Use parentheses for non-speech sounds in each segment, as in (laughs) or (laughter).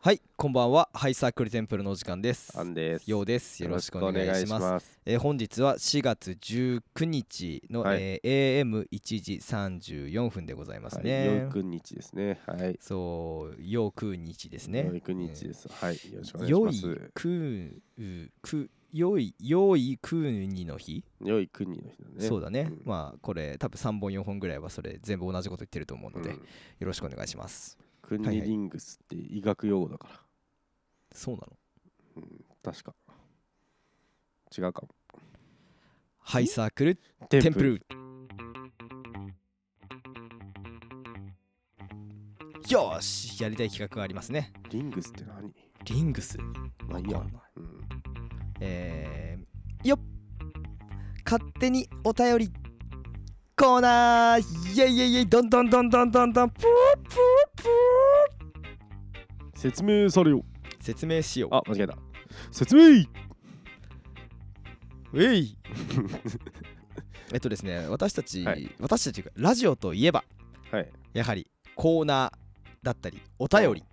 はいこんばんはハイサークルテンプルのお時間ですアンです。ようですよろしくお願いしますす。えー本日は4月19日の、はいえ AM1 時34分でございますはい、ね、良いく日ですね。はい。そうよく日ですね良いく日です、はい。よろしくお良願いいします。くく良い良いくにの日、良いく日の日だね。そうだね、うんまあこれ多分3本4本ぐらいはそれ全部同じこと言ってると思うので、うんよろしくお願いしますクンニリングスって医学用語だから。そうなのうん、確か。違うかも。ハイサークルテテンプ。ルよーしやりたい企画がありますねリングスって何？リングスまあいいわやかんない。うん。えー、よっ勝手にお便りコーナーイエイイエイイエイどんどんどんどんどんどんプープープ説明されよ。ー説明しようあ、間違えた。説明。えい (laughs) えっとですね私たち、はい私たちがラジオといえばはい。やはりコーナーだったりお便り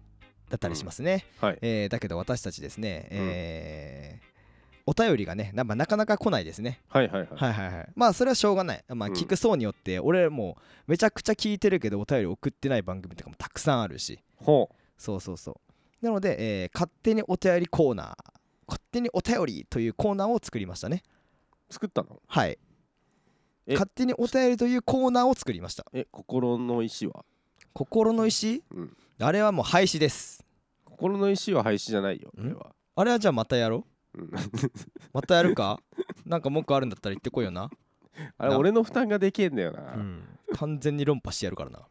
だったりしますね、はい。えーだけど私たちですね、えーお便りがねな,、まあなかなか来ないですねはいはいはい。はいはいはいまあそれはしょうがない、まあ、うん聞く層によって俺もうめちゃくちゃ聞いてるけどお便り送ってない番組とかもたくさんあるしほう。そうそうそうなので、えー勝手にお便りコーナー勝手にお便りというコーナーを作りましたね作ったの？はいえ勝手にお便りというコーナーを作りましたえ、心の石は？心の石、うんあれはもう廃止です心の石は廃止じゃないよ。こんれは。あれはじゃあまたやろうん。 (laughs) うまたやる (laughs) かなんか文句あるんだったら言ってこいよなあれな俺の負担がでけえんだよな。完全に論破してやるからな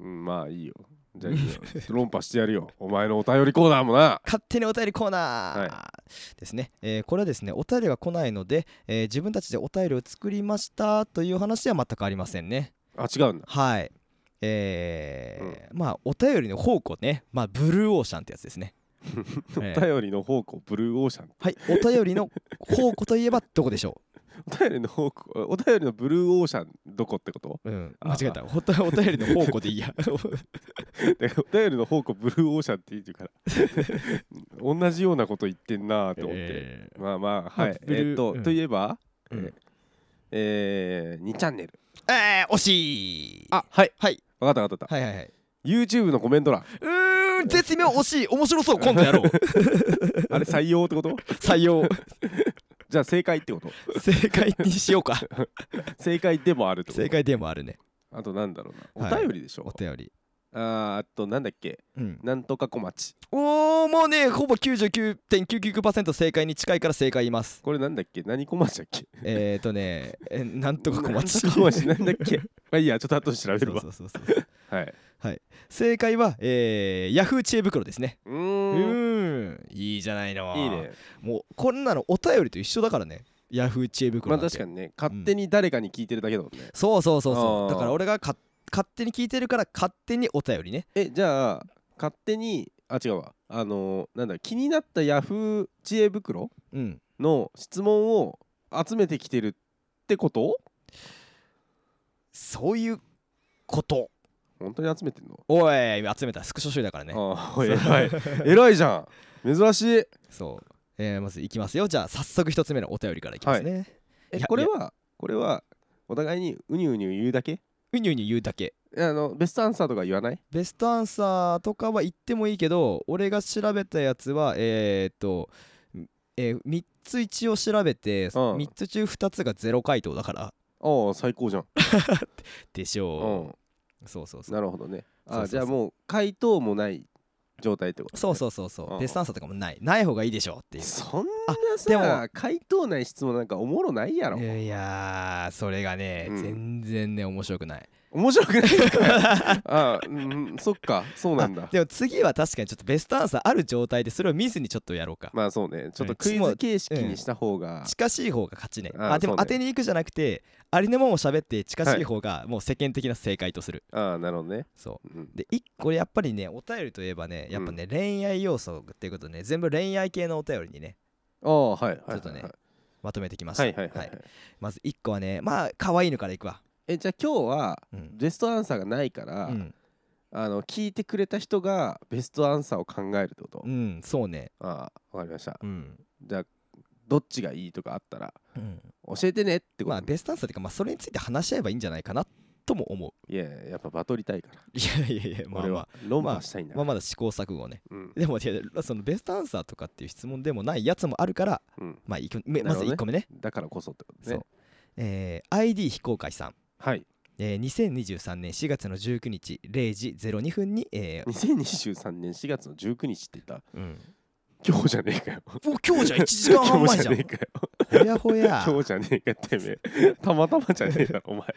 うん、まあいいよ。じゃあいいよ。論破してやるよ。お前のお便りコーナーもな。勝手にお便りコーナーですね、えーこれはですねお便りが来ないので、えー自分たちでお便りを作りましたという話では全くありませんねあ、違うんだ。はいえーまあお便りの宝庫ねまあブルーオーシャンってやつです (laughs) ねおえー便りの方向、ブルーオーシャン。はいお便りの宝庫といえばどこでしょお便りの方向、お便りのブルーオーシャン、どこってことう、うん、あー間違えたほとお便りの宝庫でいい (laughs) やでお便りの方向、ブルーオーシャンって言ってるから。同じようなこと言ってんなと思って。えまあまあ、まあはい。ブルーえっとうん、といえば、ーうんえー、2チャンネル。えー惜しいあ、はい。はいわかったわかったわかっはいはいはいた。YouTube のコメント (laughs) 欄。うーん絶妙惜しい面白そう今度やろうあれ採用ってこと採 (laughs) 用じゃあ正解ってこと正解にしようか正解でもあるってこと正解でもある (laughs) ねあとなんだろうな。はいお便りでしょお便りあーあとなんだっけうんなんとか小町おーもうねほぼ99.99%正解に近いから正解言いますこれなんだっけ何小町だっけえーとねえ (laughs) なんとか小町なんとか小町なんだっけまあいいやちょっと後で調べるわそうそうそうそうはい正解は、えー、ヤフー知恵袋ですねううーんーんいいじゃないのいいねもうこんなのお便りと一緒だからねヤフー知恵ま袋あなん確て、かにね勝手に誰かに聞いてるだけだもんねそうそうそうそあうーだから俺がか勝手に聞いてるから勝手にお便りねえじゃあ勝手にあ違うわあのーなんだ気になったヤフー知恵袋うんの質問を集めてきてるってことそういうこと本当に集めてんのおい集めたスクショ集だからね (laughs) ああ偉い偉いじゃん珍しいそう、えーまずいきますよじゃあ早速一つ目のお便りからいきますね、いえやこれはこれはお互いにウニウニ言うだけうにゅうに言うだけあのベストアンサーとか言わないベストアンサーとかは言ってもいいけど俺が調べたやつはえー、っと、え3つ一応調べて、うん3つ中2つがゼロ回答だからああ最高じゃん、でしょうう、そうそうそん、うなるほどねあそうそうそあうじゃあもう回答もない状態ってことそうそうそうそう、うんベストアンサーとかもないない方がいいでしょうっていうそんあなでもさ回答ない質問なんかおもろないやろいやーそれがね、うん全然ね面白く (laughs) ない面白くないのかいああ、うん、そっかそうなんだでも次は確かにちょっとベストアンサーある状態でそれを見ずにちょっとやろうかまあそうねちょっうんとクイズ形式にした方が、近しい方が勝ちねああーでもそうね当てに行くじゃなくてありのままを喋って近しい方がもう世間的な正解とする、ああなるほどね、そうんうで一個やっぱりねお便りといえばねやっぱね、恋愛要素っていうことでね全部恋愛系のお便りにねああはいはいはいちょっとねまとめてきましたはいはいはいはい、まず一個はねまあ可愛いのからいくわえじゃあ今日はうん、ベストアンサーがないから、うんあの聞いてくれた人がベストアンサーを考えるってこと、うんそうねああわかりましたうん、じゃあどっちがいいとかあったら教えてねってこと、まあベストアンサーっていうか、まあ、それについて話し合えばいいんじゃないかなとも思いやいややっぱバトりたいからういやいやいやまあ俺まあは論破したいんだまあかまら、だ試行錯誤ねうん (laughs) でもいやそのベストアンサーとかっていう質問でもないやつもあるからうん、まあいくめなまずるほどね1個目ねだからこそってことそねう、えー ID 非公開さん、はいえー2023年4月の19日0時02分に、えー2023年4月の19日って言ったうん、今日じゃねえかよもう今日じゃん1時間半前じゃん今日ねえかよほやほや今日じゃねえかってめえたまたまじゃねえだろお前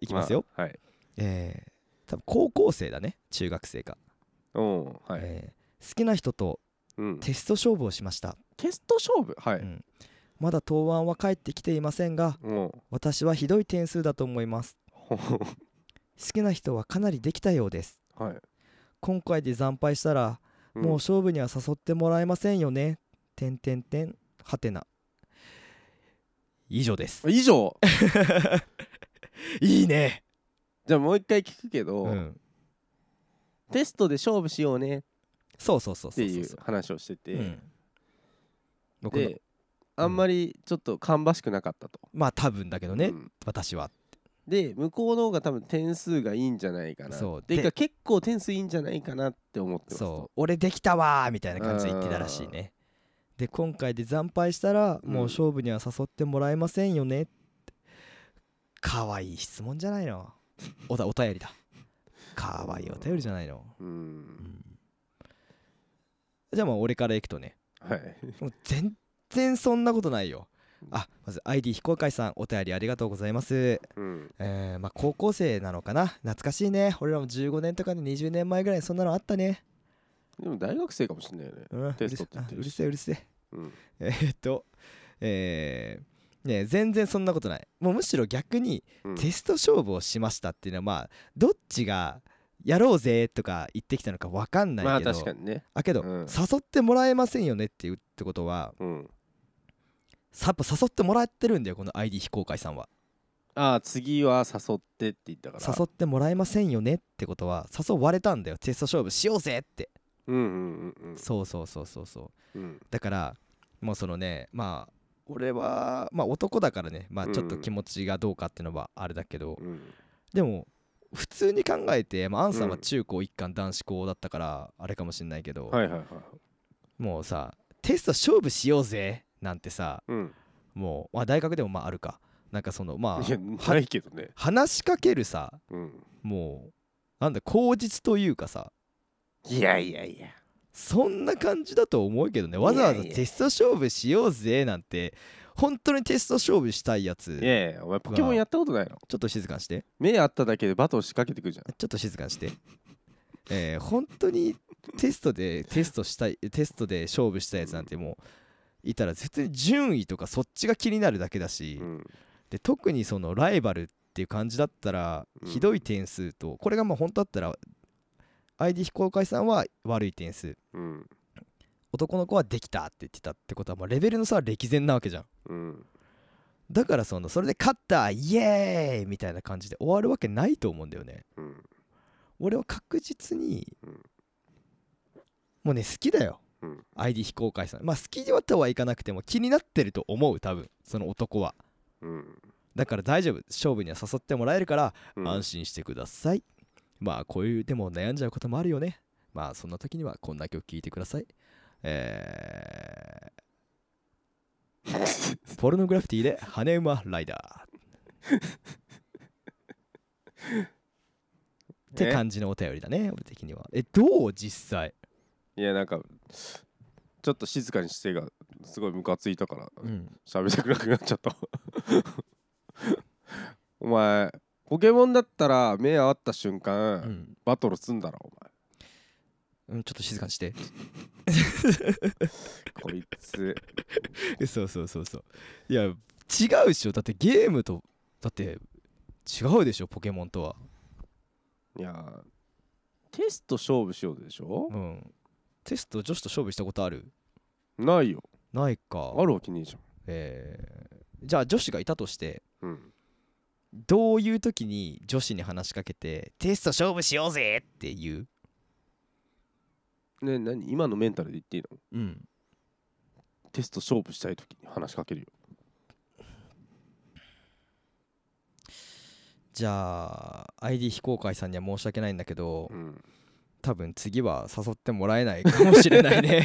いきますよ、まあはいえー多分高校生だね中学生か、うんはい、えー好きな人とうん、テスト勝負をしましたテスト勝負はうい、んまだ答案は返ってきていませんがうん、 (laughs) 私はひどい点数だと思います好きな人はかなりできたようですはい、今回で惨敗したらんもう勝負には誘ってもらえませんよね。てんてんてん、はてな。以上です。以上いいね。じゃあもう一回聞くけど、うん。テストで勝負しようねっそうそうそうてそういそううそう。話をしてて、うん僕のであんまりちょっと芳しくなかったと、まあ多分だけどね、うん私は。で向こうの方が多分点数がいいんじゃないかなそうていうでか結構点数いいんじゃないかなって思ってますとそう、俺できたわーみたいな感じで言ってたらしいね。で、今回で惨敗したら、うんもう勝負には誘ってもらえませんよね。かわいい質問じゃないの。おたお便りだ。かわいいお便りじゃないの。ううんんじゃあまあ俺からいくとねはいもう全然そんなことないよあまず ID 非公開さんお便りありがとうございますうんえー、まあ高校生なのかな懐かしいね俺らも15年とかね20年前ぐらいにそんなのあったね、でも大学生かもしれないよねうん、テストって言ってうるるしせえうるせえうるうんせええーっとえーねえ全然そんなことないもうむしろ逆にうんテスト勝負をしましたっていうのはまあどっちがやろうぜとか言ってきたのか分かんないけど、まあ確かにねあけど、うん誘ってもらえませんよねっていうってことはうんさやっぱ誘ってもらってるんだよこの ID 非公開さんはああ次は誘ってって言ったから誘ってもらえませんよねってことは誘われたんだよテスト勝負しようぜって、うんうんうんそうそうそうそうそううんうんだからもうそのねまあ俺はまあ男だからねまあうんちょっと気持ちがどうかっていうのはあれだけど、うんでも普通に考えて、まあ、アンさんはうん中高一貫男子校だったからあれかもしんないけど、はいはいはいもうさテスト勝負しようぜなんてさうんもう、まあ、大学でもまああるかなんかそのまあいやないけどね話しかけるさうんもうなんだ口実というかさいやいやいやそんな感じだと思うけどねわざわざいやいやテスト勝負しようぜなんて本当にテスト勝負したいやついやいやお前ポケモンやったことないのちょっと静かにして目あっただけでバトル仕掛けてくるじゃんちょっと静かにしてえー、本当にテストでテストしたいテストで勝負したやつなんてもういたら普通に順位とかそっちが気になるだけだし、うんで特にそのライバルっていう感じだったら、うんひどい点数とこれがまあ本当だったら ID 非公開さんは悪い点数うん男の子はできたって言ってたってことはもうレベルの差は歴然なわけじゃんうんだからそのそれで勝ったイエーイみたいな感じで終わるわけないと思うんだよねうん俺は確実に、うんもうね好きだよ、うん ID 非公開さんまあ好きではとはいかなくても気になってると思う多分その男はうんだから大丈夫勝負には誘ってもらえるからうん安心してください、まあこういうでも悩んじゃうこともあるよねまあそんな時にはこんな曲聴いてくださいえー (laughs) ポルノグラフィティで「羽馬ライダー」 (laughs) って感じのお便りだね俺的にはえどう実際いやなんかちょっと静かにしてがすごいムカついたからうん喋りたくなくなっちゃった (laughs) お前ポケモンだったら目合った瞬間、うんバトルすんだろお前うんちょっと静かにしてこいつえ (laughs) そうそうそうそういや違うでしょだってゲームとだって違うでしょポケモンとはいやテスト勝負しようでしょ、うんテスト女子と勝負したことあるないよないかあるわけねえじえーじゃあ女子がいたとしてゃんうんどういう時に女子に話しかけてテスト勝負しようぜっていうね何今のメンタルで言っていいのうんテスト勝負したい時に話しかけるよじゃあ ID 非公開さんには申し訳ないんだけどうん多分次は誘ってもらえないかもしれないね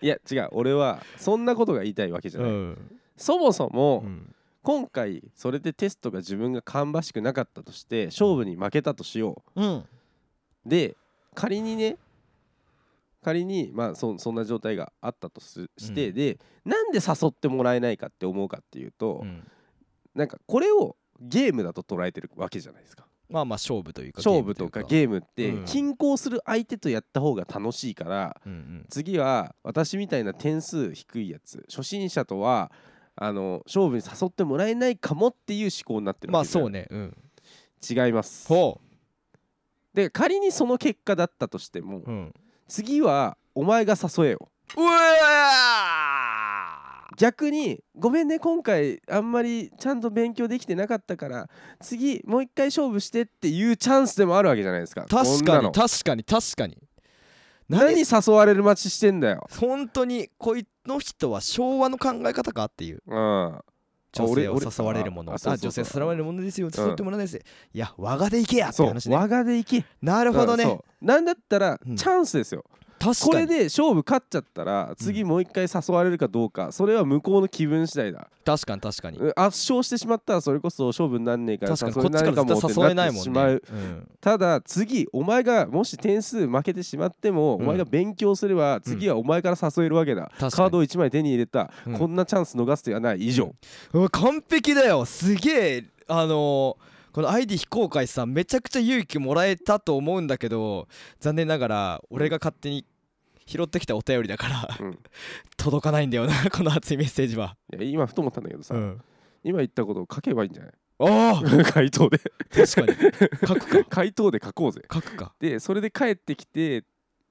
いや違う俺はそんなことが言いたいわけじゃうない、 (laughs) ん、そもそも、うん今回それでテストが自分が芳しくなかったとして勝負に負けたとしようん、うで仮にね仮にまあそそんな状態があったとすして、うんでなんで誘ってもらえないかって思うかっていうと、なんかこれをゲームだと捉えてるわけじゃないですかまあまあ勝負というか勝負とかームゲームってうん均衡する相手とやった方が楽しいからというかうん次は私みたいな点数低いやつ初心者とはあの勝負に誘ってもらえないかもっていう思考になってうん、るまわあけじそゃなういねうん違いますほで仮にその結果だったとしても、ううん次はお前が誘えようわ逆にごめんね今回あんまりちゃんと勉強できてなかったから次もう一回勝負してっていうチャンスでもあるわけじゃないですか確こんかなにの確かに確かに何誘われる待ちしてんだよ本当にこいの人は昭和の考え方かっていううん女性を俺誘われるものああそうそうそう女性誘われるものですよ誘ってもらえないです、いや我がで行けやってそう話ね我がで行けなるほどね、うんそうなんだったらうんチャンスですよ、確かにこれで勝負勝っちゃったら次もう一回誘われるかどうか、それは向こうの気分次第だ確かに確かにうん圧勝してしまったらそれこそ勝負になんねえから確かにこっ誘えちなかいらも絶って対誘えないってもしんまねう、うんただ次お前がもし点数負けてしまっても、うんお前が勉強すれば次はお前から誘えるわけだ、確かにカードを1枚手に入れた、うんこんなチャンス逃す手はない以上、うわ完璧だよすげえあのーこの ID 非公開さんめちゃくちゃ勇気もらえたと思うんだけど残念ながら俺が勝手に拾ってきたお便りだから、うん (laughs) 届かないんだよなこ (laughs) の熱いメッセージは、いや今ふと思ったんだけどさ、うん、今言ったことを書けばいいんじゃないああ (laughs) 回答で確かに書くか回答で書こうぜ書くかでそれで帰ってきて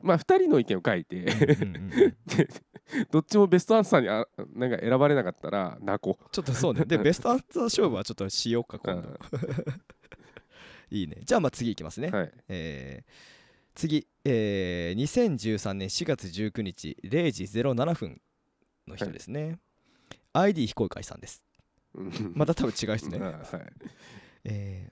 まあ2人の意見を書いてうんうんうんで (laughs) どっちもベストアンサーにあなんか選ばれなかったら泣こちょっとそう (laughs) ねでベストアンサー勝負はちょっとしようかう、今う度んいいねじゃあまあ次いきますね、はい、えー次、えー2013年4月19日0時07分の人ですね、ID 非公開さんですうんまた多分違う人うんね、はいえ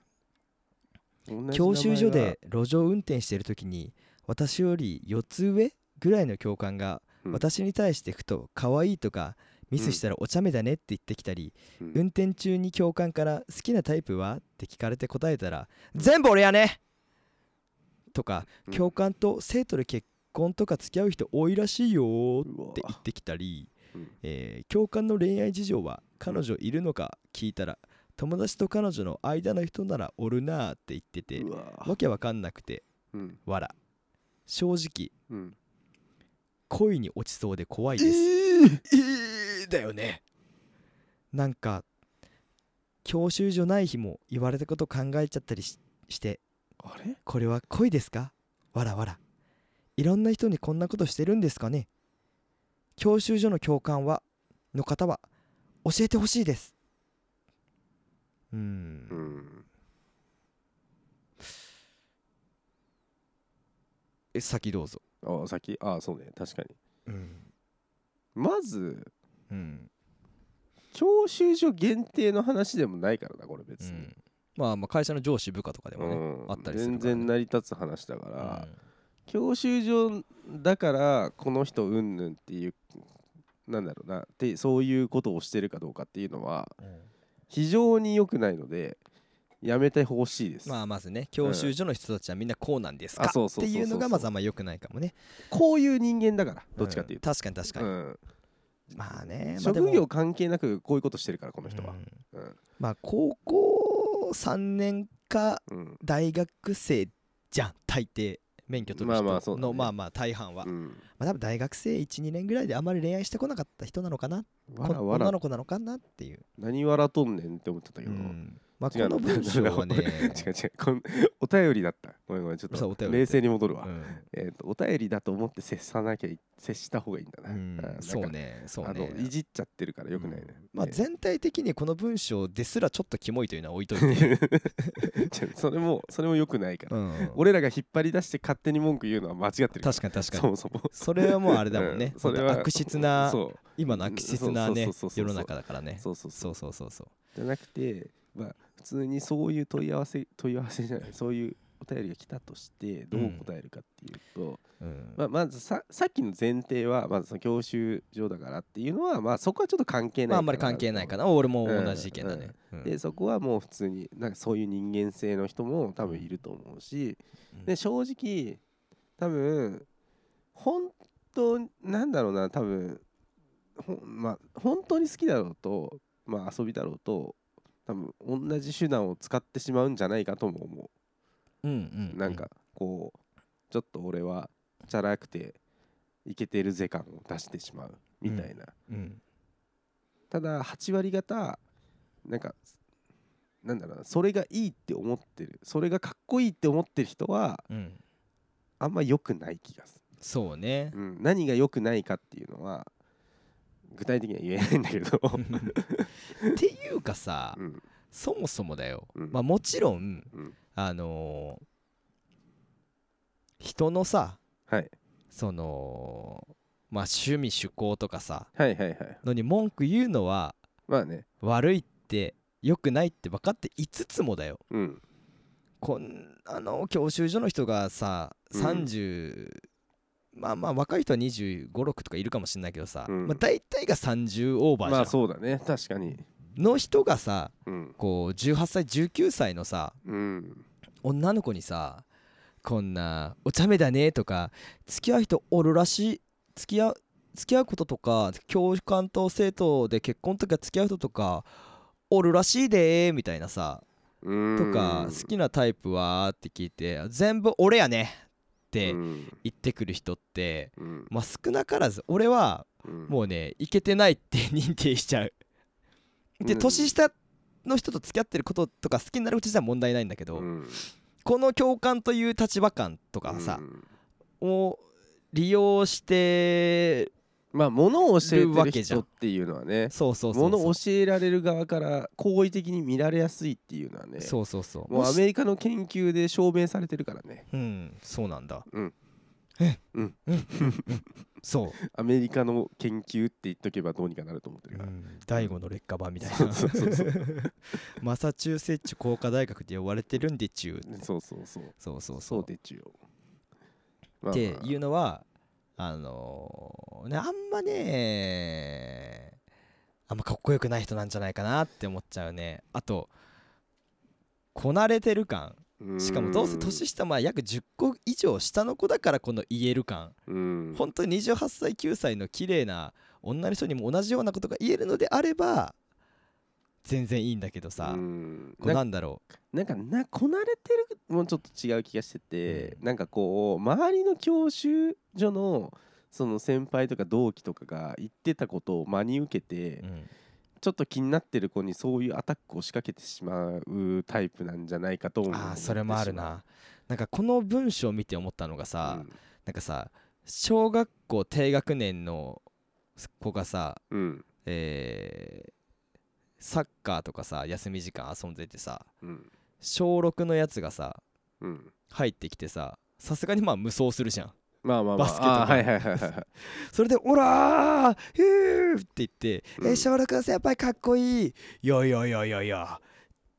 同じー名前教習所がで路上運転してる時に私より4つ上ぐらいの教官がうん私に対してふと「可愛いとか「ミスしたらお茶目だね」って言ってきたり、うん運転中に教官から「好きなタイプは?」って聞かれて答えたら「全部俺やね!」とかうん教官と生徒で結婚とか付き合う人多いらしいよーっうわて言ってきたり、うんえー教官の恋愛事情は彼女いるのか聞いたら友達と彼女の間の人ならおるなーって言っててうわわけわかんなくてうん笑正直うん恋に落ちそうで怖いえですーえーだよねなんか教習所ない日も言われたこと考えちゃったりししてあれこれは恋ですかわらわらいろんな人にこんなことしてるんですかね教習所の教官はの方は教えてほしいですうーうんんえ先どうぞあ先あそうね確かにうんまずうん、教習所限定の話でもないからなこれ別うに、んまあまあ会社の上司部下とかでもね、うんあったりする全からね然成り立つ話だから、教習所だからこの人うんぬんっていうなんだろうなでそういうことをしてるかどうかっていうのはうんうん非常に良くないのでやめてほしいです、まあまずね教習所の人たちはみんなこうなんですかあそうっそうてそうそういうのがまずあんま良くないかもねこういう人間だからどっちかっていうと、と確かに確かうにんまあねまあでも職業関係なくこういうことしてるからこの人はう、んうんまあ高校3年かうん大学生じゃん大抵免許取る人のままあまああそうだねまあ大半は、うまんあ多分大学生12年ぐらいであまり恋愛してこなかった人なのかなわらこわ女らの子なのかなっていう、何わらとんねんって思ってたけうど、んまあ、こ違うの文章なはね (laughs) 違う違うこんお便りだったごめんごめんちょっそうお便りとだった冷静に戻るわ、うんえー、とお便りだと思って接さなきゃい接した方がいいんだな、うんんそうねそあうのねいじっちゃってるからよくないね、まあ、ね全体的にこの文章ですらちょっとキモいというのは置いとい (laughs) て、 (laughs) ちょそれもそれもよくないから、うん俺らが引っ張り出して勝手に文句言うのは間違ってるから確かに確かにそもそもそれはもうあれだもんねう、んそそれれは悪質なそう今の悪質なねそうそうそうそうそう世の中だからねそうそうそうそうそうそうそうじゃなくてまあ普通にそういう問い合わせ問い合わせじゃないそういうお便りが来たとしてどう答えるかっていうと、うんまあ、まずささっきの前提はまずその教習所だからっていうのはまあそこはちょっと関係ないまああんまり関係ないかな俺も同じ意見だね、うんでそこはもう普通になんかそういう人間性の人も多分いると思うし、うんで正直多分本当になんだろうな多分ほんまあ本当に好きだろうとまあ遊びだろうと多分同じ手段を使ってしまうんじゃないかとも思うんうう、んなんかこうちょっと俺はチャラくてイケてるぜ感を出してしまうみたいな、うんただ8割方なんかなんだろうなそれがいいって思ってるそれがかっこいいって思ってる人はうんあんま良くない気がすそうね (laughs) る、うん、何が良くないかっていうのは具体的には言えないんだ (laughs) けど、っていうかさうんそもそもだよ、うんまあもちろん、うんあのー人のさはい、そのまあ趣味趣向とかさはいはいはいのに文句言うのはまあね悪いって良くないって分かっていつつもだようんこんあの教習所の人がさうん30、まあまあ若い人は2 5 6とかいるかもしれないけどさ、うんまあ、大体が30オーバーじゃん、まあそうだね確かにの人がさうんこう18歳19歳のさうん女の子にさこんな「お茶目だね」とか「付き合う人おるらしい付き合う付き合うこととか教官と生徒で結婚とか付き合う人とかおるらしいで」みたいなさうんとか「好きなタイプは?」って聞いて「全部俺やね」ってうん言ってくる人ってうんまあ少なからず俺はうんもうねいけてないって認定しちゃう。でうん年下の人と付き合ってることとか好きになるうちじゃ問題ないんだけど、うんこの共感という立場感とかさ、を利用してまあ物を教るわえてけるじゃん人っていうのはねそうそうそう物そをう教えられる側から好意的に見られやすいっていうのはねそうそうそうもうもアしメリカの研究で証明されてるからねうんそうなんだうんえうんうんうんうんそうアメリカの研究って言っとけばどうにかなると思ってるから、第五の劣化版みたいなそうそうそう (laughs) マサチューセッツ工科大学で呼ばれてるんでちゅうそうそうそうそうそうそそううでちゅよ、まっあてまあいうのはあのーねあんまねあんまかっこよくない人なんじゃないかなって思っちゃうねあとこなれてる感うーんしかもどうせ年下まあ約10個以上下の子だからこの言える感うん本当に28歳9歳の綺麗な女の人にも同じようなことが言えるのであれば全然いいんだけどさ、うんこうなんだろなんかなこなれてるもうちょっと違う気がしてて、うなんかこう周りの教習所のその先輩とか同期とかが言ってたことを真に受けて、う、うんちょっと気になってる子にそういうアタックを仕掛けてしまうタイプなんじゃないかと思うああそれもあるななんかこの文章を見て思ったのがさ、なんかさ小学校低学年の子がさ、うん、うんえーサッカーとかさ休み時間遊んでてさうん小6のやつがさうん入ってきてささすがにまあ無双するじゃんまあまあまバあスケとかあーはいはいはいはいそれで「オラーヒュー!」って言って「うんえ小6の先輩かっこいいよいよいよいよいよ」っ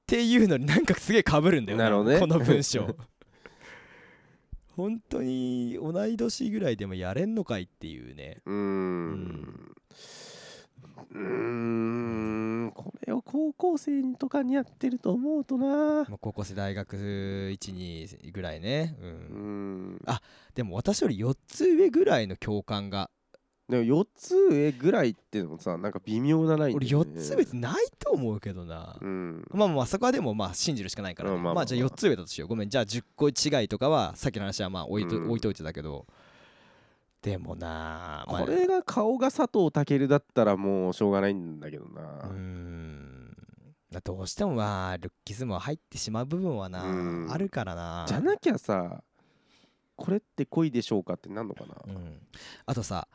ていうのになんかすげえかぶるんだよなるほどねこの文章 (laughs) 本当に同い年ぐらいでもやれんのかいっていうねうーんうーんこれを高校生とかにやってると思うとなまあ、高校生大学12ぐらいね、うんうーんでも私より4つ上ぐらいの教官がでも4つ上ぐらいっていうのもさなんか微妙なライン俺だよね4つ別にないと思うけどな、うんまあまあそこはでもまあ信じるしかないからね、うんままああまあまあじゃあ4つ上だとしようごめんじゃあ10個違いとかはさっきの話はまあ置いと,、うん置いといてたけどでもなあ、まあこれが顔が佐藤健だったらもうしょうがないんだけどな、うーんだどうしてもまあルッキズムは入ってしまう部分はな、うんあるからなじゃなきゃさこれって恋でしょうかってなんのかなうん、あとさ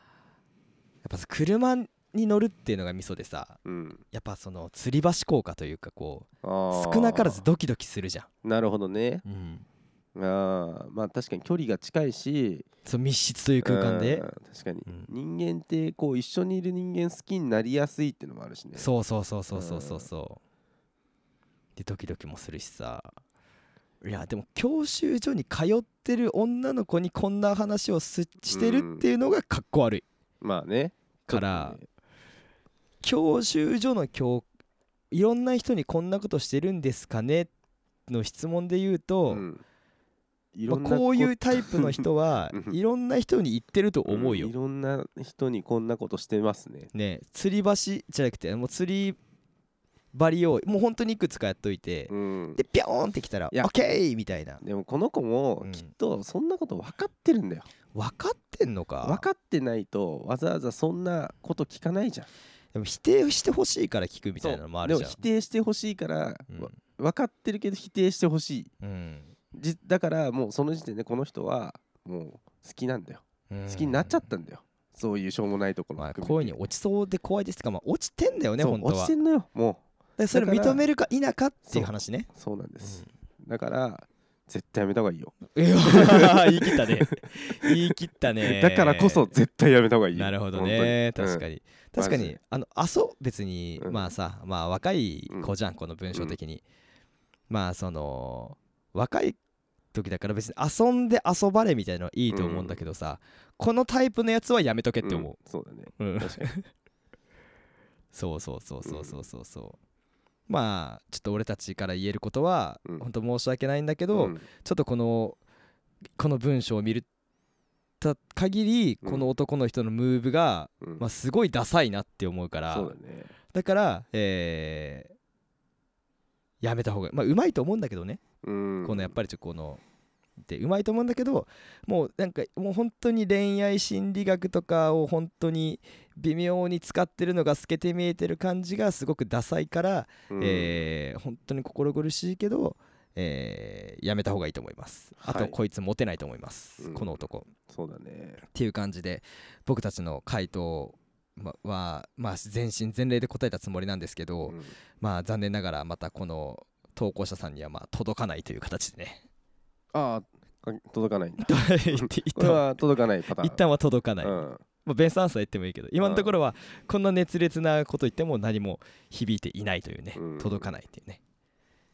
やっぱさ車に乗るっていうのがミソでさうんやっぱその吊り橋効果というかこうあー少なからずドキドキするじゃなるほどねん、うん、あーまあ確かに距離が近いしそう密室という空間うでん確かに、うん人間ってこう一緒にいる人間好きになりやすいっていうのもあるしねそうそうそうそうそうそうそうでドキドキもするしさいやでも教習所に通ってる女の子にこんな話をすしてるっていうのがかっこ悪いまあねからちょっとね教習所の教いろんな人にこんなことしてるんですかねの質問で言うと、うんいまあろんなこういうこタイプの人はうんいろんな人に言ってると思うよんい。ろんな人にこんなことしてますねね吊り橋じゃなくてもう吊り針をもう本当にいくつかやっといて、うんでピョーンってきたら「オいやッケー!」みたいなでもこの子もうんきっとそんなこと分かってるんだよ、分かってんのか分かってないとわざわざそんなこと聞かないじゃんでも否定してほしいから聞くみたいなのもあるそじゃうでもん否。定してほしいから、うんわ分かってるけど否定してほしいうんじだからもうその時点でこの人はもう好きなんだよ好きになっちゃったんだよ、そういうしょうもないところもまあ、含めてこういうに落ちそうで怖いですか、まあ、落ちてんだよねそう本当落はちてんのよもでそれだから認めるか否かっていう話ねうそうなんです、だから絶対やめた方がいいよ、 (laughs) いや言い切った (laughs) ね言い切ったねだからこそ絶対やめた方がいいなるほどね本当に確かに、確かマジにあのあそう別に、うんまあさまあ若い子じゃん、この文章的に、まあその若い時だから別に遊んで遊ばれみたいなのはいいと思うんだけどさ、このタイプのやつはやめとけって思んそうだねう、うん確かに (laughs) そうそうそうそうそうそうそう、まあちょっと俺たちから言えることは、うん本当申し訳ないんだけど、うんちょっとこのこの文章を見るた限りうんこの男の人のムーブが、うんまあ、すごいダサいなって思うからそうだねだから、えーやめた方がまあうまいと思うんだけどね、うんこのやっぱりちょっとこのでうまいと思うんだけどもうなんかもう本当に恋愛心理学とかを本当に微妙に使ってるのが透けて見えてる感じがすごくダサいから、うんえー本当に心苦しいけど、えーやめた方がいいと思います。あと、はいこいつモテないと思います、うんこの男。そうだねっていう感じで僕たちの回答まは、まあ、全身全霊で答えたつもりなんですけど、うんまあ残念ながらまたこの投稿者さんにはまあ届かないという形 (laughs) でねああ (laughs) 届かないんだと言って一これ旦はは届かないパターン一旦は届かない、うんまあ、ベンサンサー言ってもいいけど今のところはこんな熱烈なこと言っても何も響いていないというね、うん届かないっていうね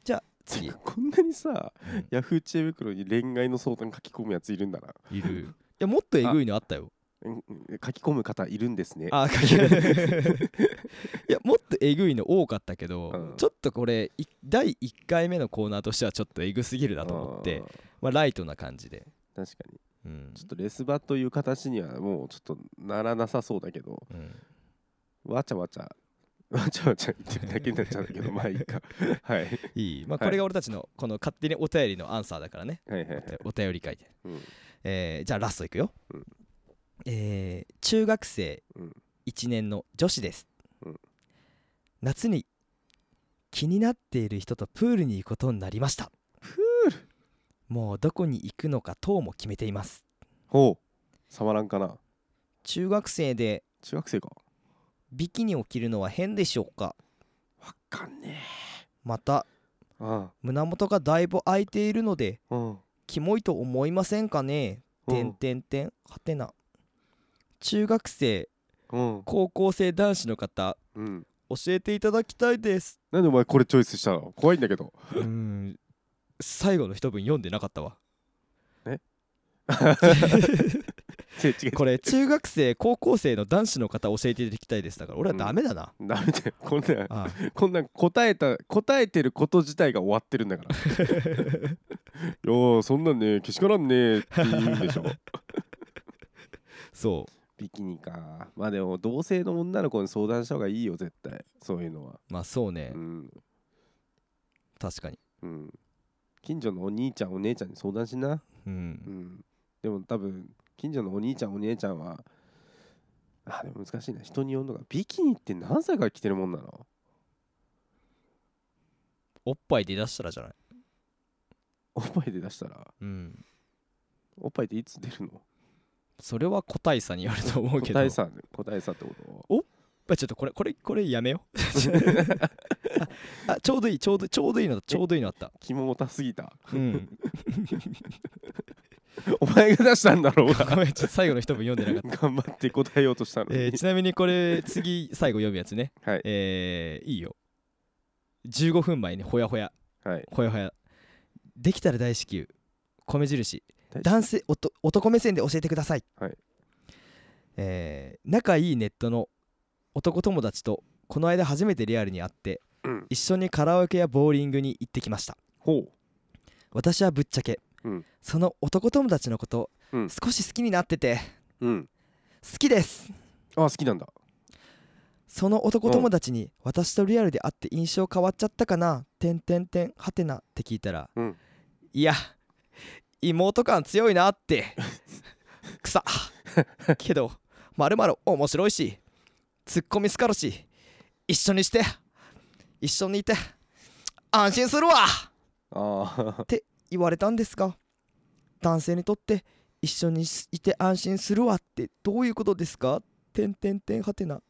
じゃあ (laughs) 次、こんなにさ、うんヤフー知恵袋に恋愛の相談書き込むやついるんだな。いる (laughs) いやもっとえぐいのあったようん書き込む方いるんですね。あ書 (laughs) きいやもっとえぐいの多かったけど、うんちょっとこれい第1回目のコーナーとしてはちょっとえぐすぎるなと思ってうんまあ、ライトな感じで、確かにうんちょっとレスバという形にはもうちょっとならなさそうだけどうんわちゃわちゃ (laughs) わちゃわちゃ言ってるだけになっちゃうんだ (laughs) けどまあいいかはいはいいい、まあ、はいこれが俺たちのこの勝手にお便りのアンサーだからねはいはい、お便り書いて、うんえーじゃあラストいくよ、うんえー中学生うん1年の女子です、うん夏に気になっている人とプールに行くことになりましたもうどこに行くのか等も決めていますほうサマランかな中学生で中学生かビキニを着るのは変でしょうかわかんねまたえあ胸元がだいぶ開いているのであうんキモいと思いませんかねうてんんてんてんはてな中学生うん高校生男子の方うん教えていただきたい (laughs) ですなんでお前これチョイスしたの怖いんだけどうーん最後の一文読んでなかったわ違う (laughs) 違 (laughs) うこれ中学生高校生の男子の方教えていただきたいですだから俺はダメだ (laughs) な、ダメだよこんなんああこんなん答えた答えてること自体が終わってるんだから (laughs) いやーそんなんねけしからんねーって言うんでしょそビキニかまあでも同性の女の子に相談した方がいいよ絶対そういうのはうまあそうね、うん確かにうん近所のお兄ちゃんお姉ちゃんに相談しなううんんでも多分近所のお兄ちゃんお姉ちゃんはあでも難しいな人に呼んのがビキニって何歳から着てるもんなのおっぱい出だしたらじゃないおっぱいで出したらうんおっぱいっていつ出るのそれは個体差によると思う個けど体差個体差ってことまあちょっとこれこれこれやめよう (laughs) ああちょうどいいちょうどちょうどいいのだちょうどいいのあった肝もたすぎたうんお前が出したんだろうごがめんちょっと最後の一文読んでなかった頑張って答えようとしたのに、 (laughs) えーちなみにこれ次最後読むやつね、はいえーいいよ15分前にほやほやはいほやほやできたら大至急米印大至急男性おと男目線で教えてください、はいえー仲いいネットの男友達とこの間初めてリアルに会って、うん一緒にカラオケやボーリングに行ってきましたほ私はぶっちゃけ、うんその男友達のこと、うん少し好きになっててううん好きですあ好きなんだその男友達に私とリアルで会って印象変わっちゃったかな「てんてんてんはてな」って聞いたら「うんいや妹感強いな」ってくさけどまるまる面白いしツッコミ好かるし一緒にして一緒にいて安心するわああ言われたんですが男性にとって一緒にいて安心するわってどういうことですかてんてんてんはてな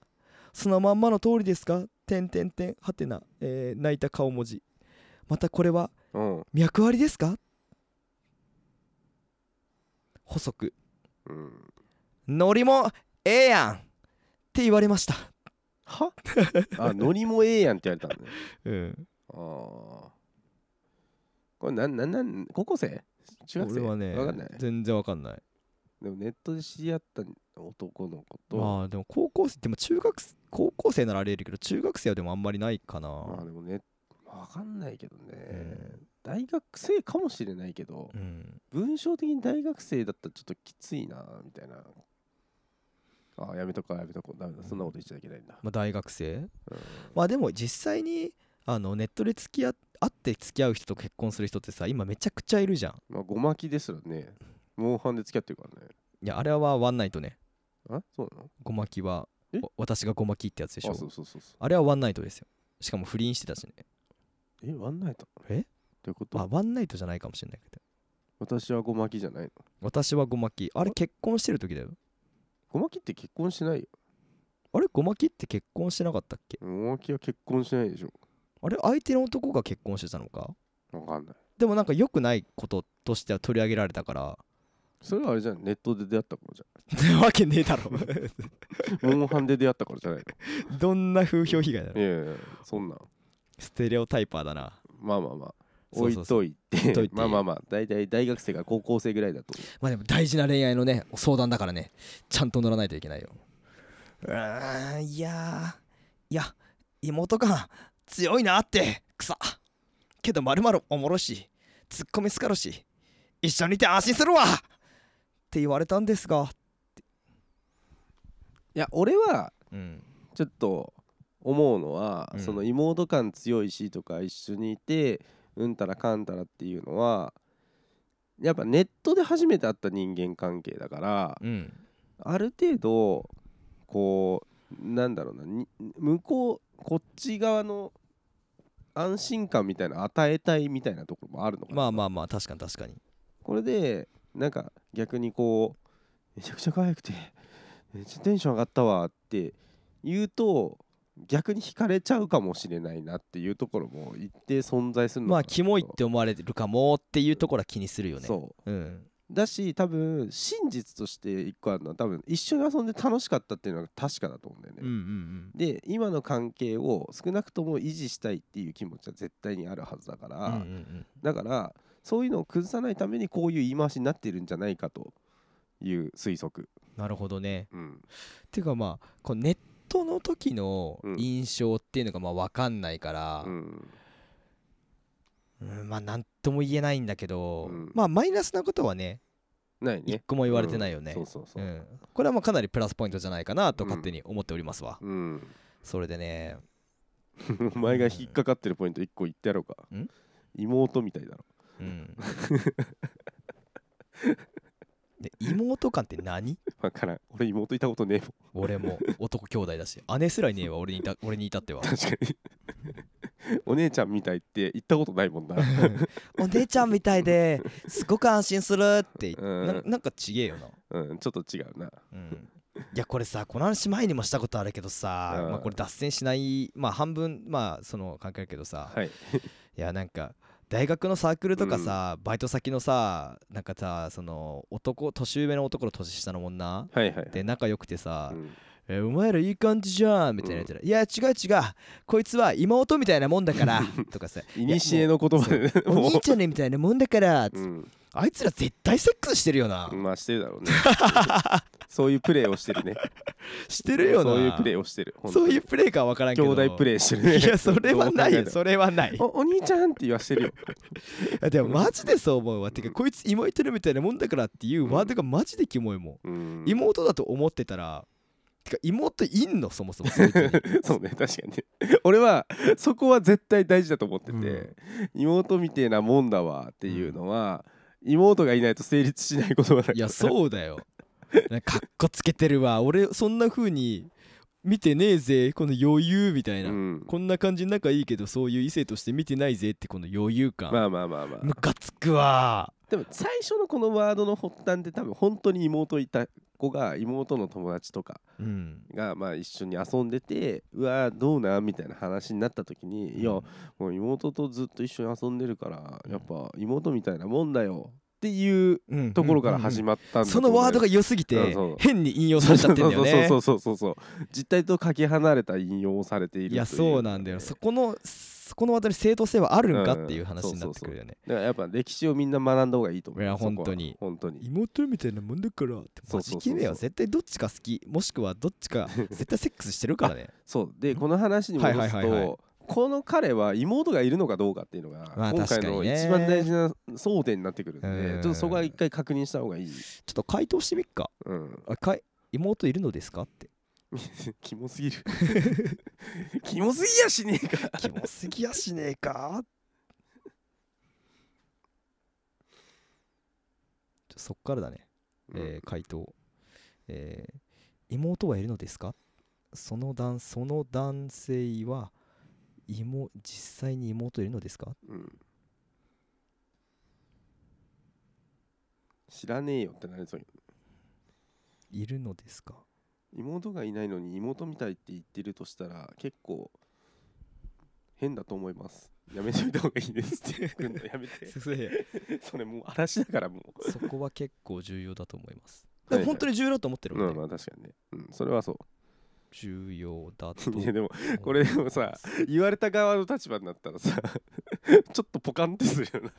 そのまんまの通りですかてんてんてんはてな、えー泣いた顔文字またこれはうん脈ありですか補足うんノリもええやんって言われましたはあノリもええやんって言われたんだねうんああこれなんなんなん高校生中学生俺はねわかんない全然わかんないでもネットで知り合った男の子と、まあでも高校生でも中学生高校生ならありえるけど中学生はでもあんまりないかな、まあでもねわかんないけどね、ん大学生かもしれないけどう、ん文章的に大学生だったらちょっときついなみたいなあやめとこうやめとこうダメだそんなこと言っちゃいけないんだ、まあ、大学生うんまあでも実際にあのネットで付き合会って付き合う人と結婚する人ってさ今めちゃくちゃいるじゃんまあごまきですらねモンハンで付き合ってるからねいやあれはワンナイトねあそうなのごまきはえわ私がごまきってやつでしょあそうそうそうそうあれはワンナイトですよしかも不倫してたしねえワンナイトえということまあワンナイトじゃないかもしれないけど私はごまきじゃないの私はごまきあれ結婚してる時だよごまきって結婚しないよあれごまきって結婚してなかったっけごまきは結婚しないでしょあれ相手の男が結婚してたのかわかんないでもなんか良くないこととしては取り上げられたから (laughs) それはあれじゃんネットで出会ったからじわけねえ (laughs) だろゃ (laughs) んモンハンで出会ったからじゃないどんな風評被害だろのいやいやいやそんなんステレオタイパーだなまあまあまあそ置ういそうそうとい置いとていてまあまあまあ大体大学生が高校生ぐらいだとまあでも大事な恋愛のね相談だからねちゃんと乗らないといけないようんいやーいや妹が強いなってくさけどまるまるおもろしツッコミすかるし一緒にいて安心するわって言われたんですがいや俺はうんちょっと思うのは、うんその妹感強いしとか一緒にいてうんたらかんたらっていうのはやっぱネットで初めて会った人間関係だからうんある程度こうなんだろうなに向こうこっち側の安心感みたいなの与えたいみたいなところもあるのかなまあまあまあ確かに確かにこれでなんか逆にこうめちゃくちゃ可愛くてめっちゃテンション上がったわって言うと逆に惹かれちゃうかもしれないなっていうところも一定存在するのかまなあキモいって思われるかもっていうところは気にするよね、そうん、だし多分真実として一個あるのは多分一緒に遊んで楽しかったっていうのが確かだと思うんだよね、うんうんで今の関係を少なくとも維持したいっていう気持ちは絶対にあるはずだから、うんうんうんだからそういうのを崩さないためにこういう言い回しになってるんじゃないかという推測、なるほどねうん、ていうかまあこうネットの時のうん印象っていうのがまあ分かんないから、うんうんまあ何とも言えないんだけど、うんまあマイナスなことはねないね一個も言われてないよね、ううんんそうそうそう、これはまあかなりプラスポイントじゃないかなとうん勝手に思っておりますわ、うんそれでね (laughs) お前が引っかかってるポイント一個言ってやろうか、ん妹みたいだろ (laughs) うんで妹感って何分からん俺妹いたことねえも (laughs) 俺も男兄弟だし姉すらいねえわ俺にいた俺にいたってはん確かに (laughs) お姉ちゃんみたいって言ったことないもんなお姉ちゃんみたいですごく安心するって言ってうんななんかちげえよな、うんちょっと違うなうん、いやこれさこの話前にもしたことあるけどさ、うんまあ、これ脱線しないまあ半分まあその関係あるけどさ、はいいやなんか大学のサークルとかさ、バイト先のさなんかさその男年上の男の年下の女はいはいで仲良くてさう、んえお前らいい感じじゃん」みたいなやつら「いや違う違うこいつは妹みたいなもんだから」とかさ「いにしえの言葉で (laughs) お兄ちゃんねみたいなもんだから」つってうんあいつら絶対セックスしてるよな、まあしてるだろ (laughs) うねそういうプレーをしてるねしてるよなそういうプレーをしてる本当そうにいうプレーかわからんけ兄ど弟プレーしてるねいやそれはないよどう考それはなえいてもおお兄ちゃんって言わしてるよでもマジでそう思うわてかこいつ妹みたいなもんだからっていうワードがマジでキモいもんうん妹だと思ってたらてか妹いんのそもそもそいつ (laughs) にそうね確かにね俺はそこは絶対大事だと思ってて、うん妹みてえなもんだわっていうのは、妹がいないと成立しない言葉だからいやそうだよなんかかっこつけてるわ俺そんな風に見てねえぜこの余裕みたいな、うん、こんな感じ仲いいけどそういう異性として見てないぜってこの余裕感、まあまあまあまあ、ムカつくわでも最初のこのワードの発端って多分本当に妹いた子が妹の友達とかうんがまあ一緒に遊んでてうわーどうなんみたいな話になった時に、いやもう妹とずっと一緒に遊んでるからやっぱ妹みたいなもんだよっていううんところから始ままったんだとそ思のうんだよワードが良すぎうんてそう変に引用されちゃってんだよねそうそうそうそうそうそう実態とかけ離れた引用をされているいやとそうなんだよそこのそこのワードに正当性はあるんかっていう話になってくるよねだからやっぱ歴史をみんな学んだ方がいいと思ういやそこは本当に本当に妹みたいなもんだからってそマうそジうそうそうキメは絶対どっちか好きもしくはどっち (laughs) か絶対セックスしてるからねそうでこの話に戻すと、はいはいはいはいこの彼は妹がいるのかどうかっていうのが、まあ今確回かにのね一番大事な争点になってくるんでうんちょっとそこは一回確認した方がいい、ちょっと回答してみっかうん、 (laughs) あかい妹いるのですかってキモすぎる (laughs) キモすぎやしねえかキモすぎやしねえかちょそっからだね、えー回答、えー妹はいるのですかその男その男性は妹実際に妹いるのですかうんうん知らねえよってなりそういるのです (laughs) か妹がいないのに妹みたいって言ってるとしたら結構変だと思いますやめといた方がいいです (laughs) って来るのやめて (laughs) それもう嵐だからもうそこは結構重要だと思います。はで (laughs) いはいも本当に重要だと思ってるまもあんね。まあ確かにね、うん、それはそう重要だと。 (laughs) いやでもこれでも (laughs) さ、言われた側の立場になったらさ (laughs) ちょっとポカンってするよな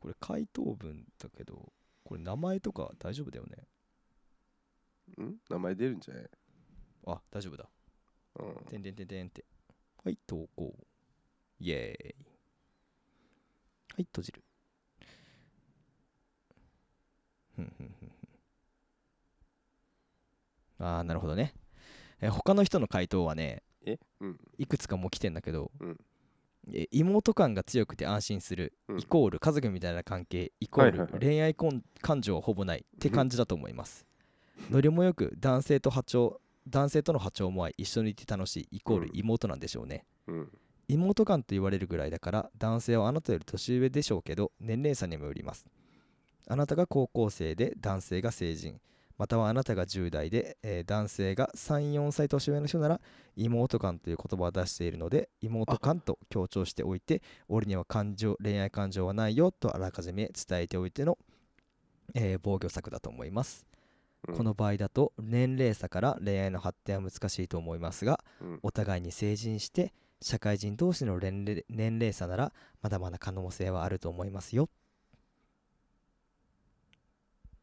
これ回答文だけど、これ名前とか大丈夫だよね。うん名前出るんじゃない、あ、大丈夫だ。うん、てんてんてんてんって。はい、投稿。イエーイ。はい、閉じる。ふんふんふんふんああ、なるほどね。え他の人の回答はね、えうんいくつかもう来てんだけど、うんえ妹感が強くて安心する、うんイコール家族みたいな関係イコーはいはいはルい恋愛こん感情はほぼないって感じだと思いますノリもよく男性と波長男性との波長も合い一緒にいて楽しいイコールうん妹なんでしょうね、うん妹感と言われるぐらいだから男性はあなたより年上でしょうけど年齢差にもよりますあなたが高校生で男性が成人またはあなたが10代で、えー男性が34歳年上の人なら妹感という言葉を出しているので妹感と強調しておいて俺には感情恋愛感情はないよとあらかじめ伝えておいての、えー防御策だと思います、うんこの場合だと年齢差から恋愛の発展は難しいと思いますがうんお互いに成人して社会人同士の年齢年齢差ならまだまだ可能性はあると思いますよ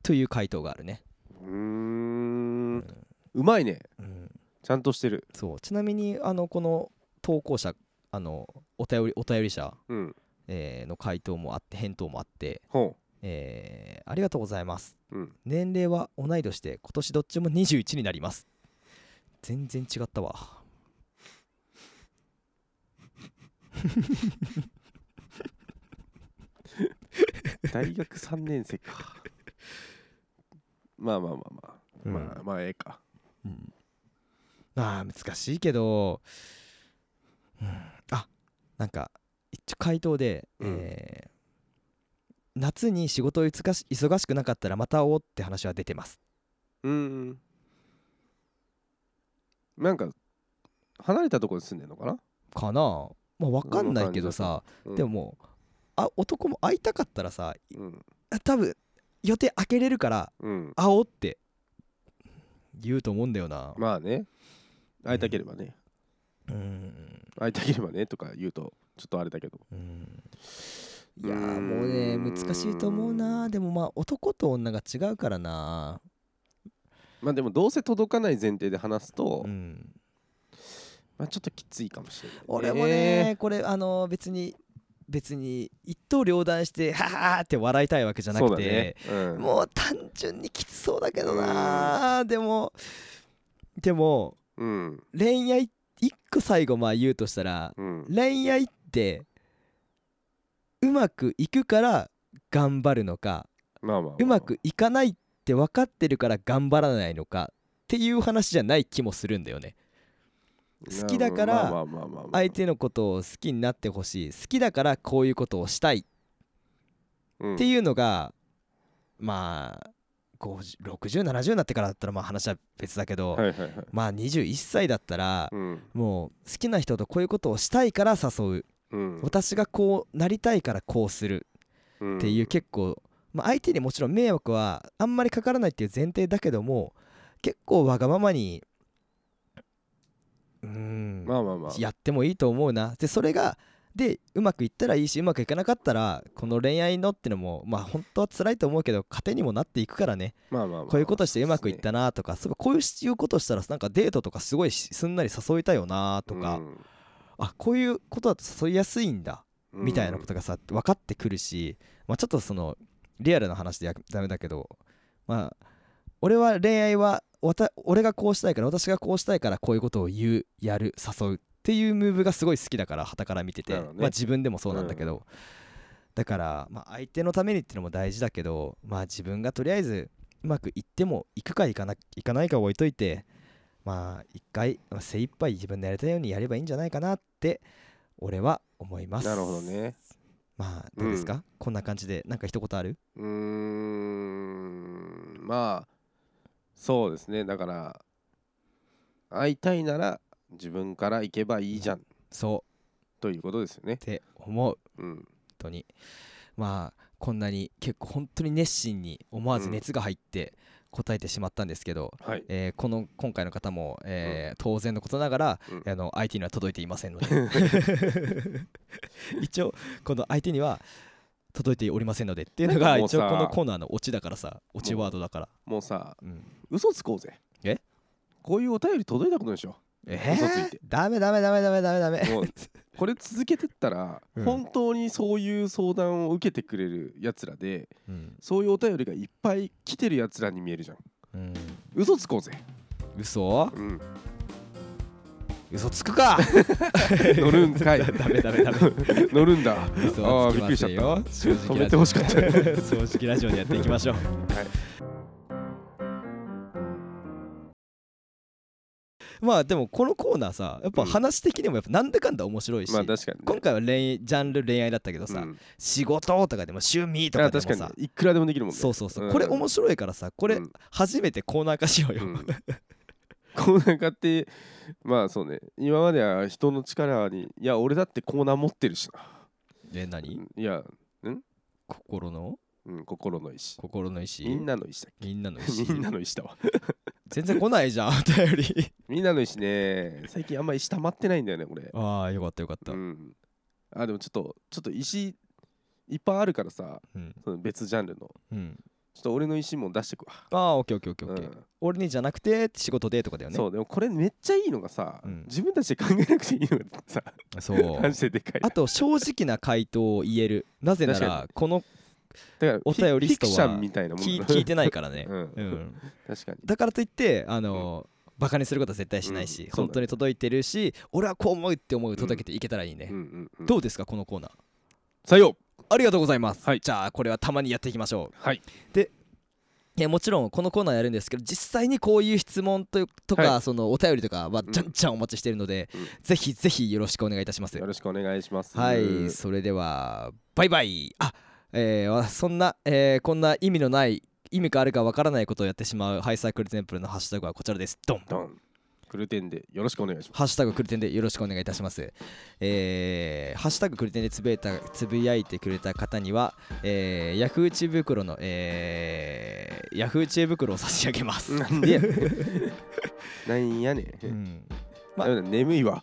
という回答があるね、ううーんんうまいねうんちゃんとしてるそうちなみにあのこの投稿者あのお便りお便り者、うんえーの回答もあって返答もあって、ほえーありがとうございますううん年齢は同い年で今年どっちも21になります全然違ったわ大学3年生か (laughs) まあまあまあまあ、うんまあまあええかうんまあ難しいけどあなんか一応回答で、うんえー夏に仕事を忙し忙しくなかったらまた会おうって話は出てますうんうんなんか離れたところに住んでんのかな、かなまあ分かんないけどさ、うんでも、もうあ男も会いたかったらさいうんあ多分予定開けれるからうん、会おうって言うと思うんだよな、まあね会いたければね、うん会いたければねとか言うとちょっとあれだけどうんいやうーーんもうね難しいと思うなでもまあ男と女が違うからなまあでもどうせ届かない前提で話すと、うんまあ、ちょっときついかもしれない、俺もねこれあの別に別に一刀両断してハハハって笑いたいわけじゃなそうくだねて、うん、もう単純にきつそうだけどなでもでもうん恋愛一個最後まあ言うとしたらうん恋愛ってうまくいくから頑張るのかまあまあまあうまくいかないって分かってるから頑張らないのかっていう話じゃない気もするんだよね好きだからまあまあまあまあまあ相手のことを好きになってほしい好きだからこういうことをしたいうんっていうのがまあ6070になってからだったらまあ話は別だけど、はいはいはい、まあ21歳だったらうんもう好きな人とこういうことをしたいから誘ううん、私がこうなりたいからこうするっていう結構、まあ、相手にもちろん迷惑はあんまりかからないっていう前提だけども結構わがままにうーん、まあまあまあやってもいいと思うなでそれがでうまくいったらいいしうまくいかなかったらこの恋愛のってのもまあ本当は辛いと思うけど糧にもなっていくからねまあまあまあこういうことしてうまくいったなとかそうこういうしいうことしたらなんかデートとかすごいしすんなり誘いたいよなとか、うんあこういうことだと誘いやすいんだうんみたいなことがさ分かってくるし、まあ、ちょっとそのリアルな話でやダメだけど、まあ、俺は恋愛はわた俺がこうしたいから私がこうしたいからこういうことを言うやる誘うっていうムーブがすごい好きだから傍から見てて、なるほどねまあ、自分でもそうなんだけど、だから、まあ、相手のためにっていうのも大事だけど、まあ、自分がとりあえずうまくいってもいくかいかないかないかは置いといてまあ一回まあ精一杯自分のやれたようにやればいいんじゃないかなって俺は思いますなるほどねまあどうですか、うこんな感じでなんか一言あるうーんまあそうですねだから会いたいなら自分から行けばいいじゃんそということですよねうっ。て思う本うん、当にまあこんなに結構本当に熱心に思わず熱が入って答えてしまったんですけど、はい、えーこの今回の方も、えー当然のことながら、うんあの相手には届いていませ (laughs) んので (laughs) 一応この相手には届いておりませんのでっていうのなんがかもう一さ応このコーナーのオチだからさオチワードだから、もうさうん、嘘つこうぜ。えこういうお便り届いたことでしょ。え嘘ついてー、ダメダメダメダメダメダメもうこれ続けてったら、うん本当にそういう相談を受けてくれるやつらで (laughs) うん、そういうお便りがいっぱい来てるやつらに見えるじゃん。うん、嘘つこうぜ。嘘うん、嘘つくか (laughs) 乗るんかいダメダメダメ乗るんだ。嘘あはあつきびっまくりしちせゃっんた。よ正直ラジオ止めてほしかった (laughs) 正直ラジオでやっていきましょうはい (laughs) まあでもこのコーナーさやっぱ話的にもやっぱなんだかんだ面白いし、まあ確かにね、今回は恋愛ジャンル恋愛だったけどさ、うん仕事とかでも趣味とあかでも確かさに、いくらでもできるもんね。そうそうそう、んこれ面白いからさこれうん初めてコーナー化しようよ、うん (laughs) コーナー化ってまあそうね今までは人の力にいや俺だってコーナー持ってるしな (laughs) え何いや、心のうん、心の石心の石みんなの石だっみんなの石け (laughs) みんなの石だわ全然来ないじゃん (laughs) お便りみんなの石ね最近あんま石溜まってないんだよね俺ああよかったよかった、ううんんあでもちょっとちょっと石いっぱいあるからさうんその別ジャンルのちょっと俺の石も出してくわああオッケーオッケーオッケーオッケー、うん俺にじゃなくて仕事でとかだよねそうでもこれめっちゃいいのがさ、うん自分たちで考えなくていいのがさ (laughs) そうマジででかいなあと正直な回答を言えるなぜな確からこのだからお便りリストはフィクションみたいなもん聞いだ聞いてないからね、うんうん、 (laughs) 確かにだからといってあの、バカにすることは絶対しないし、うんそうだね本当に届いてるし俺はこう思うって思う届けていけたらいいね、うんうんうんどうですかこのコーナー採用ありがとうございます、はいじゃあこれはたまにやっていきましょうはいでえーもちろんこのコーナーやるんですけど実際にこういう質問ととか、はそのお便りとかはうんじゃんじゃんお待ちしてるので、うんぜひぜひよろしくお願いいたしますよろしくお願いします。はいそれではバイバイあえーわそんな、えーこんな意味のない意味かあるかわからないことをやってしまうハイサイクルテンプルのハッシュタグはこちらですドンドン。クルテンでよろしくお願いしまハッシュタグクルテンでよろしくお願いいたします。えーハッシュタグクルテンでつぶやいたつぶやいてくれた方には、えー、ヤフー知恵袋の、えー、ヤフー知恵袋を差し上げます。す。なんでやねん。なんやね。うんん、ままあ、眠いわ。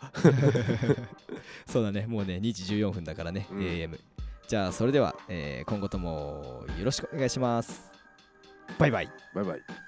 (laughs) そうだね、もうね、2時14分だからね、うん AM。じゃあ、それでは、えー今後ともよろしくお願いします。バイバイ。バイバイ。